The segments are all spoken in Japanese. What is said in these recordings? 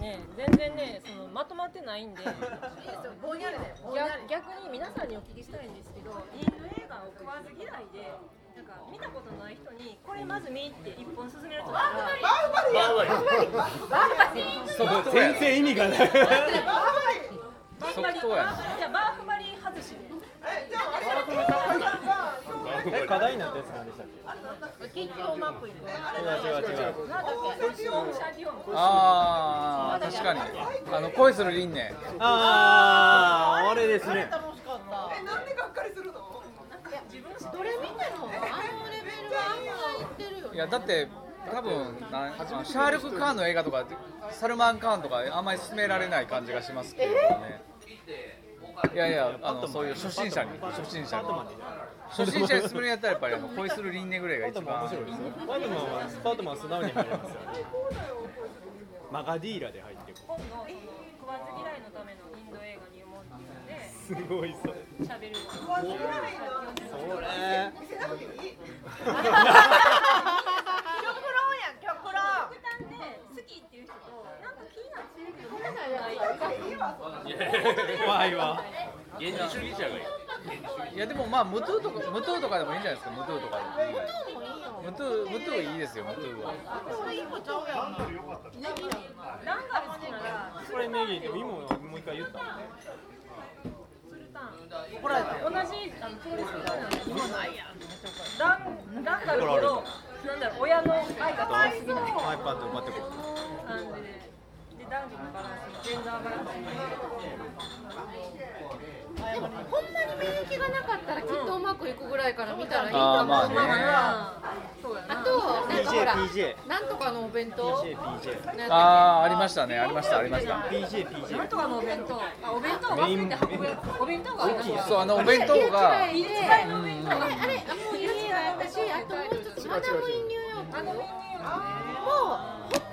ね全然ねそのまとまってないんでいいですよぼんやりだよぼんやり逆逆に皆さんにお聞きしたいんですけどインド映画を食わず嫌いでなんか見たことない人にこれまず見って一本勧めるとバーバーバリやバーバリそう全然意味がないバーバリバーバリ即答やバーバリじゃあバーフバリ外しでえじゃああれだよバーバリがえ 課題になったやつ何でしたっ結局うまくいくけ違う違う違うなんだっけオムシャリオンああ確かにあの恋する輪廻あああれですね楽しかったえなんでがっかりするのどれ見てもあのレベルはあんまいってるよいやだって多分なんあのシャールク・カーンの映画とかサルマン・カーンとかあんまり勧められない感じがしますけどねいやいやあのそういう初心者に初心者に初心者に勧めるやったらやっぱりあの恋する輪廻ぐらいがパ一トマン面番白いですよパトマンはパトマン素直に入りますよねマガディーラで入ってこ今度その食わず嫌いのためのインド映画入門っていうのでうすごいそれ喋る食わず嫌いのそれ見せた時に極端で好きっていう人となんか気になってるけど見たことないいいわそんな怖いわ現実主義者がいいいやでもまあ無トゥとか無トゥとかでもいいんじゃないですか無トゥとかでも無トゥ無トゥいいですよ無トゥはランガル好きならこれネギでも今ももう一回言ったもんねスルタン怒られた同じあのプロレスみたいなんで今ないやんランランガルほどなんだろう親の愛が強すぎないマイパッド待ってこう感じでで男女のバランスジェンダーバランスもいいでもほんまに免疫がなかったらきっとうまくいくぐらいから見たらいいとあー思うまあなねそうやあなとなんかほ PJ ら PJ なんとかのお弁当 PJ PJ なんやったっけああーありましたねありましたありました PJ なん PJ とかのお弁当あお弁当忘れて運ぶやつお弁当がありましたそうあのお弁当が入れ違いであれあれあもう家がやったしあともう一つマダム・イン・ニューヨークもうほん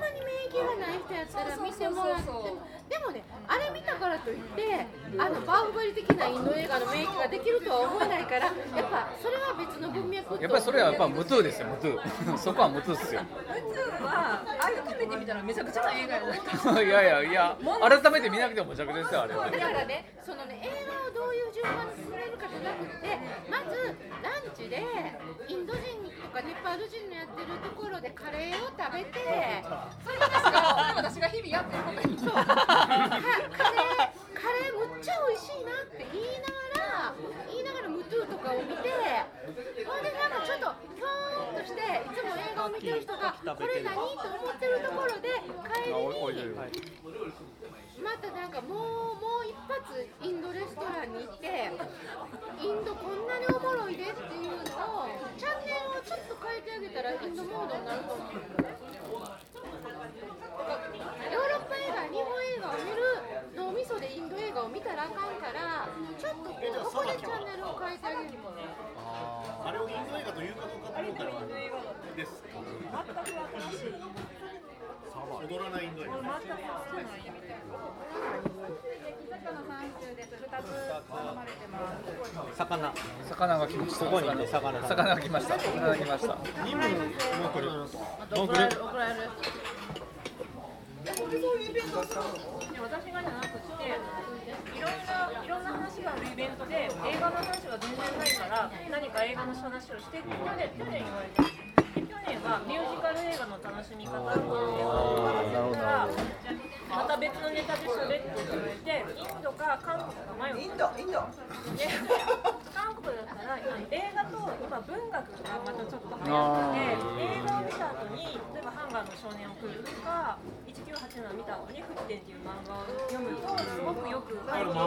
まに免疫がない人やったら見てもらってもでもねあれ見たからといってあのバーフバリ的なインド映画の免疫ができるとは思えないからやっぱそれは別の文脈とやっぱりそれはやっぱ無トゥですよ無トゥ そこは無トゥっすよ普通は改めて見たらめちゃくちゃな映画やな。いやいやいや改めて見なくてもむちゃくちゃですよあれはだからね、そのね、映画をどういう順番に進めるかじゃなくて、まずランチでインド人とかネパール人のやってるところでカレーを食べて、それ私が私が日々やってることに。そう。カレーカレーむっちゃ美味しいなって言いながら言いながらムトゥーとかを見て、ほんでなんかちょっとひょーんとしていつも映画を見てる人がこれ何と思ってるところで帰りに。またなんかもうもう一発インドレストランに行ってインドこんなにおもろいでっていうのをチャンネルをちょっと変えてあげたらインドモードになると思うヨーロッパ映画日本映画を見る脳みそでインド映画を見たらあかんからちょっとこうここでチャンネルを変えてあげるあれをインド映画というかどうかと思ったらです踊らないインド映画魚魚が来ましたここにね魚が魚が来ました魚が来ました2分もうこれもうこれそういうイベントするので私がじゃなくっていろんないろんな話があるイベントで映画の話は全然ないから何か映画の話をしてって去年去年言われたんですで去年はミュージカル映画の楽しみ方っていう映画をからまた別のネタで喋ってって言われてインドか韓国か迷っインたドインドで韓国だったら今映画と今文学がまたちょっと流行ってて映画を見た後に例えば「ハンガーの少年を送る」とか「1987」見た後に「フッテン」っていう漫画を読むとすごくよく入るフ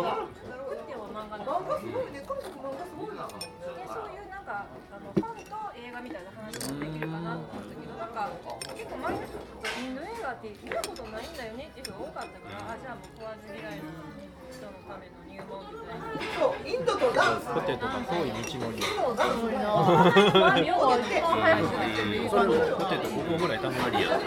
ッテンは漫画漫の画すごいね韓国漫画すごいなでそういうなんかあの本と映画みたいな話もできるかなと思ったけどなんか結構前の人ってインド映画って見たことないんだよねっていう人が多かったからあじゃあもう食わず嫌いの人のための入門みたいな。そうインドとダンスポテトが遠い道のりのダンス日本もそれもポテト5個ぐらいたまりやの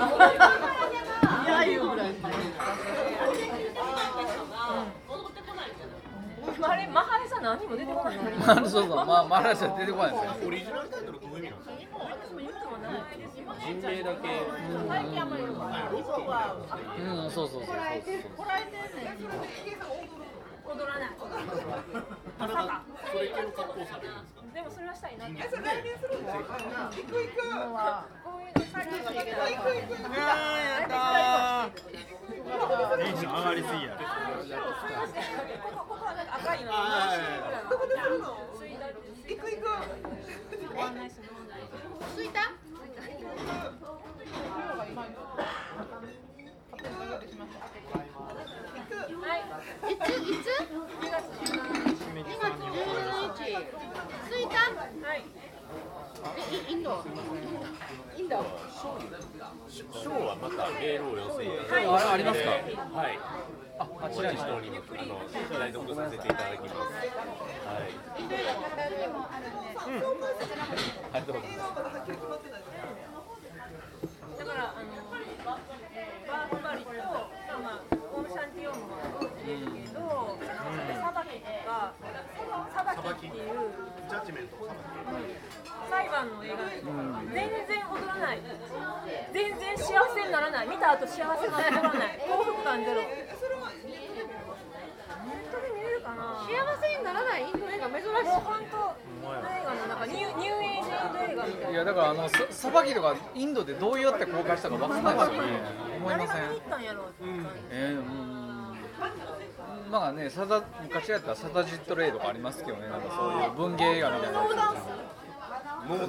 あれマハレさん何も出てこないのにまあ そうそう、まあ、マラシャ出てこないんですよ。オリジナルタイトルどういう意味なんですか私も言うともないですよ人名だけ最近あんまり言うからロコはうん、そうそうそうそう。こらえてんねんそれでヒゲさん踊る踊らないあなたそれ系の格好されるんですかでもそれはしたいなってえそれ来年するの行く行くこういうの最近だけど行く行く行くやったテンション上がりすぎやここここはなんか赤いのあどこで来るのついだって行く行くご案内するの着いたはいいついつ2月17日2月17日着いたはいえインドインドショーはまた芸能養成はいあれありますかはいあ、あちこられに一。通りあの代読させていただきますはいインド映画カタールにもあるんでありがとうございます。まだはっきり決まってないだからあのバーフバリとまあまあオームシャンティオームも出るけどサバキとかサバキっていうジャッジメントさば裁判の映画全然踊らない全然幸せにならない見た後幸せが戻らない幸福感ゼロ本当に見れるかな幸せにならないインド映画珍しいもう本当映画の中ニューニューエイジインド映画みたいいなや、だから、あの、ささばきとか、インドでどうやって公開したかわかんないですよね。思い誰がません見。に行ったんやろうって思ったんでえー、うん。まあね、サザ昔やったらサタジットレイとかありますけどね、なんかそういう文芸映画みたいな。ノーダ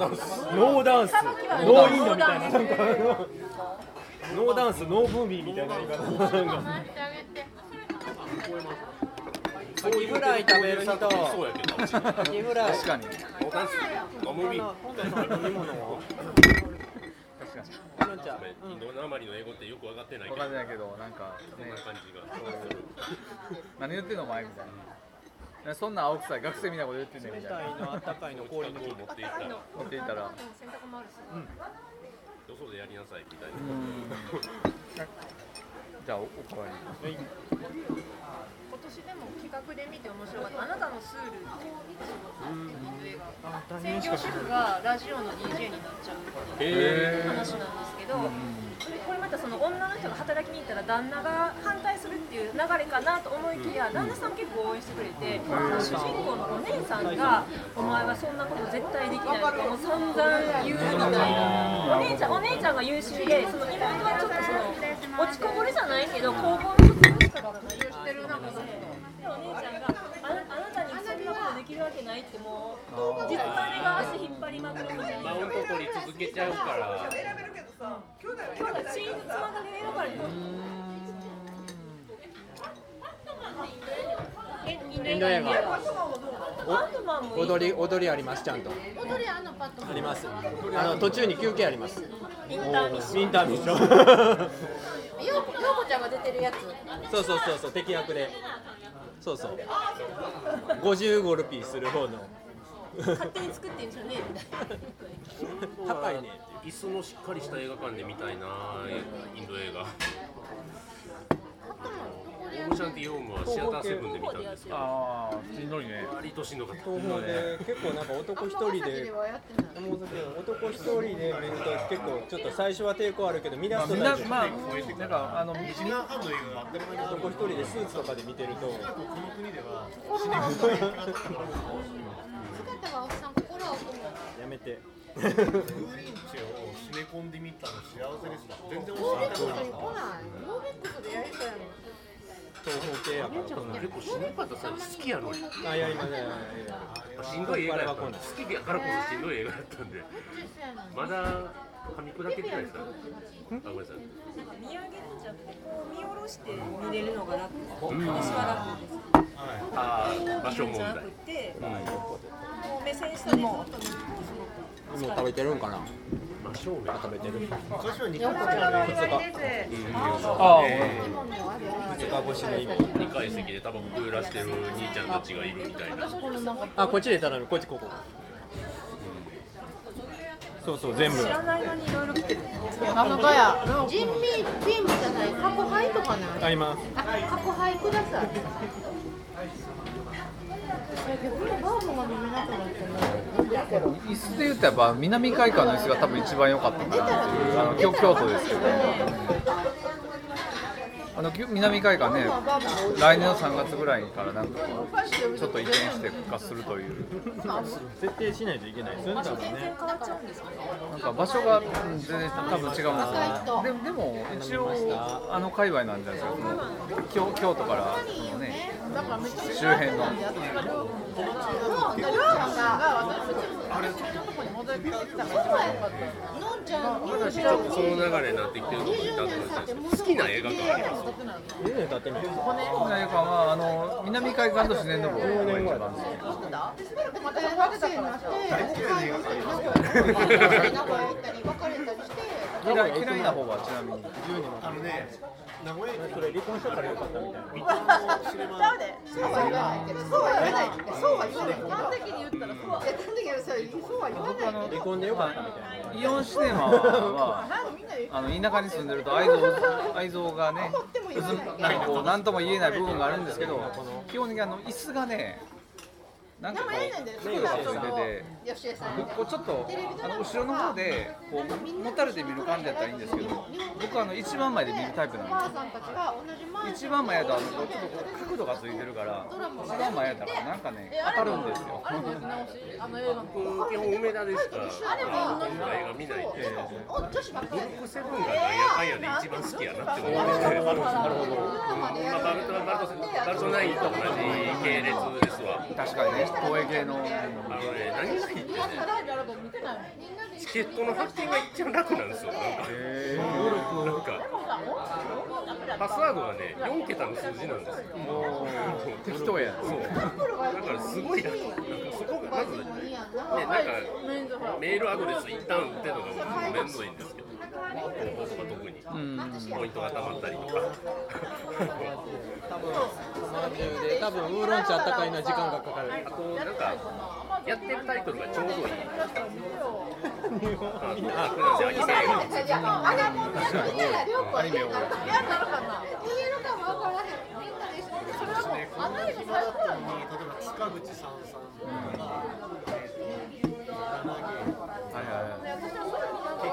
ンスノーダンスさばきはノーインドみたいななんかあのノーダンスノーブーミーみたいな言い方なんか回してあげてカキフライ食べる人そうやけどカキフライ確かに。ノーダンス飲むみ本体さん飲み物を確かに。あのちゃんインドなまりの英語ってよく分かってないけ分かどこんんないけど、なんか、ねな。感じが何言ってんのお前みたいなそんな青臭い学生みたいなこと言ってんねんみ冷たいなたいのあったかいの氷氷のの持っていったらよ思っていたら洗濯もあるしそでやりなさいみたいなじゃあおお代わり今年でも企画で見て面白かったあなたのスールっていう映画専業主婦がラジオの DJ になっちゃうっていう話なんですけど、これまたその女の人が働きに行ったら旦那が反対するっていう流れかなと思いきや旦那さん結構応援してくれて、主人公のお姉さんが「お前はそんなこと絶対できない」とかもう散々言うみたいなお姉ちゃんお姉ちゃんが優秀でその妹はちょっとその落ちこぼれじゃないけど高校の卒業しか学習してる中で。でお姉ちゃんがあなあなたにそんなことできるわけないってもう実までが足引っ張りまくるみたいなマウント取り続けちゃうから選べるけどさ兄弟は今日が選べないチーズつまがけ選ばれてるインド映パ画ットマンもどうなのパットマンもいい踊り踊りありますちゃんと踊りあんのパッとありますあの途中に休憩ありますインターミッションインターミッションようこちゃんが出てるやつ そうそうそうそう敵役でそうそう55ルピーする方の勝手に作ってるんですよねみたいな高いね椅子のしっかりした映画館で見たいなインド映画オーシャンティーホームはシアターセブンで見たんですけどああしんどいね割としんどかった東方で結構なんか男一人で男一人で見ると結構ちょっと最初は抵抗あるけど見出まあすとみん大な丈夫まあなんかあの1年半の映画が当たり前だと男一人でスーツとかで見てるとこの国では姿はおっさん心はおっやめてグリーンチを締め込んでみたの幸せです全然ノーベッ面クス白に来なかっいノーベックスでやりそうや東方系やからそんなた結構しんどかったさ好きやのにあいや今ねしんどい映画やった好きやからこそしんどい映画やったんでのまだ噛み砕けてないですからあごめんなさい見上げるんじゃなくてこう見下ろして見れるのが楽私は楽ですああ場所見るん問じゃな題くてこう目線下でずっと見るとすごくもう食べてるんかな真正面食べてるああ二日越しの今二階席でタバコ食らしてる兄ちゃんたちがいるみたいなあこっちで頼むこっちここそうそう全部知らない間にいろいろ来てるなのかや。人民ビームじゃない過去杯とかないありますあ過去杯ください椅子で言ったらやっぱ南海館の椅子が多分一番良かったかなっていうあの京京都ですけどあのきゅ南海館ね来年の3月ぐらいからなんかこうちょっと移転して復活するという設定しないといけないですよね多分ねなんか場所がうん全然多分違うもんででも一応あの界隈なんじゃないですかその京京都からのね周辺の話ちょっとその流れになってきてると思ったんですけど好きな映画館あります10年経ってないです南海館はあの南海館と自然の部分が一番好き嫌い嫌いな方はちなみにあのね名古屋駅それ離婚したからよかったみたいな離婚でよかったみたいなイオンシネマはあの田舎に住んでると愛蔵愛蔵がねうずなんか こう何とも言えない部分があるんですけど基本的にあの椅子がねなんかこう作る進んでてこうちょっとあの後ろの方でこう持たれて見る感じだったらいいんですけど僕はあの一番前で見るタイプなんですよ一番前やとあのこうちょっとこう角度がついてるから一番前やったらなんかね当たるんですよ僕基本梅田でしかあんな映画見ないんでブロックセブンがなんやかんやで一番好きやなって思ってまあバルトバルトバルトナインと同じ系列ですわ確かにね公営系のあのね何がいいってねチケットの発券が一番楽なんですよなんかなんかパスワードがね4桁の数字なんですよ適当やそうだからすごい楽なんかそこがまずねなんかメールアドレス一旦打ってるのがめんどいんですけど高校とか特にうんポイントがたまったりとか30で多分ウーロン茶あったかいな時間がかかるあとなんかやってるタイトルがちょうどいいああこれなんですよアニメ映画はいはいはい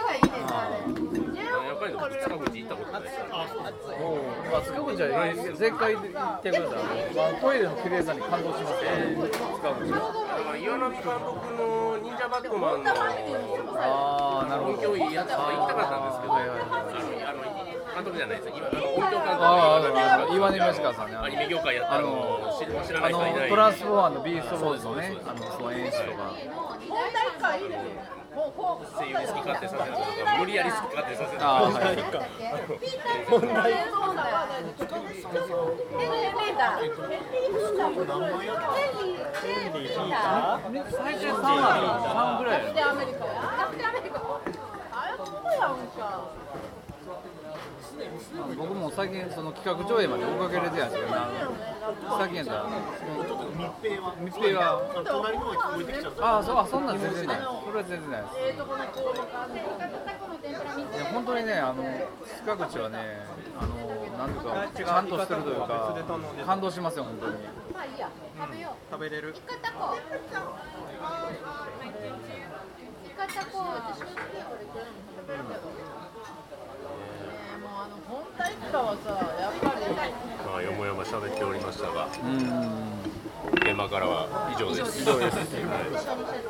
やっぱり僕塚口行ったことないからあ、塚口じゃない前回行ってください。まあ、トイレの綺麗さに感動しますね。塚口。だから岩波監督の忍者バットマンのああ、なるほ音響ど。いいやつとか行きたかったんですけど、はいはいあのあの監督じゃないですよ、今あの音響監督あーあの岩波義川さんねアニメ業界やったあらのもう知知らなあい人いなのい。トランスフォーマーのビーストボーイズのね、あのその演出とか。声優に好き勝手させたとか、無理やり好き勝手させたとああ、か、はい。最終三話、三ぐらい。僕も最近その企画上映まで追いかけれてやんですよ。さっきやったら、密閉は。隣の方が聞こえてきちゃう。ああ、そう、あ、そんなん全然ない。それは全然ないです。いや本当にね、あの塚口はね、あのなんとかちゃんとしてるというか、感動しますよ、本当に。食べれるまあよもやま喋っておりましたが、うん現場からは以上です。以上です。はい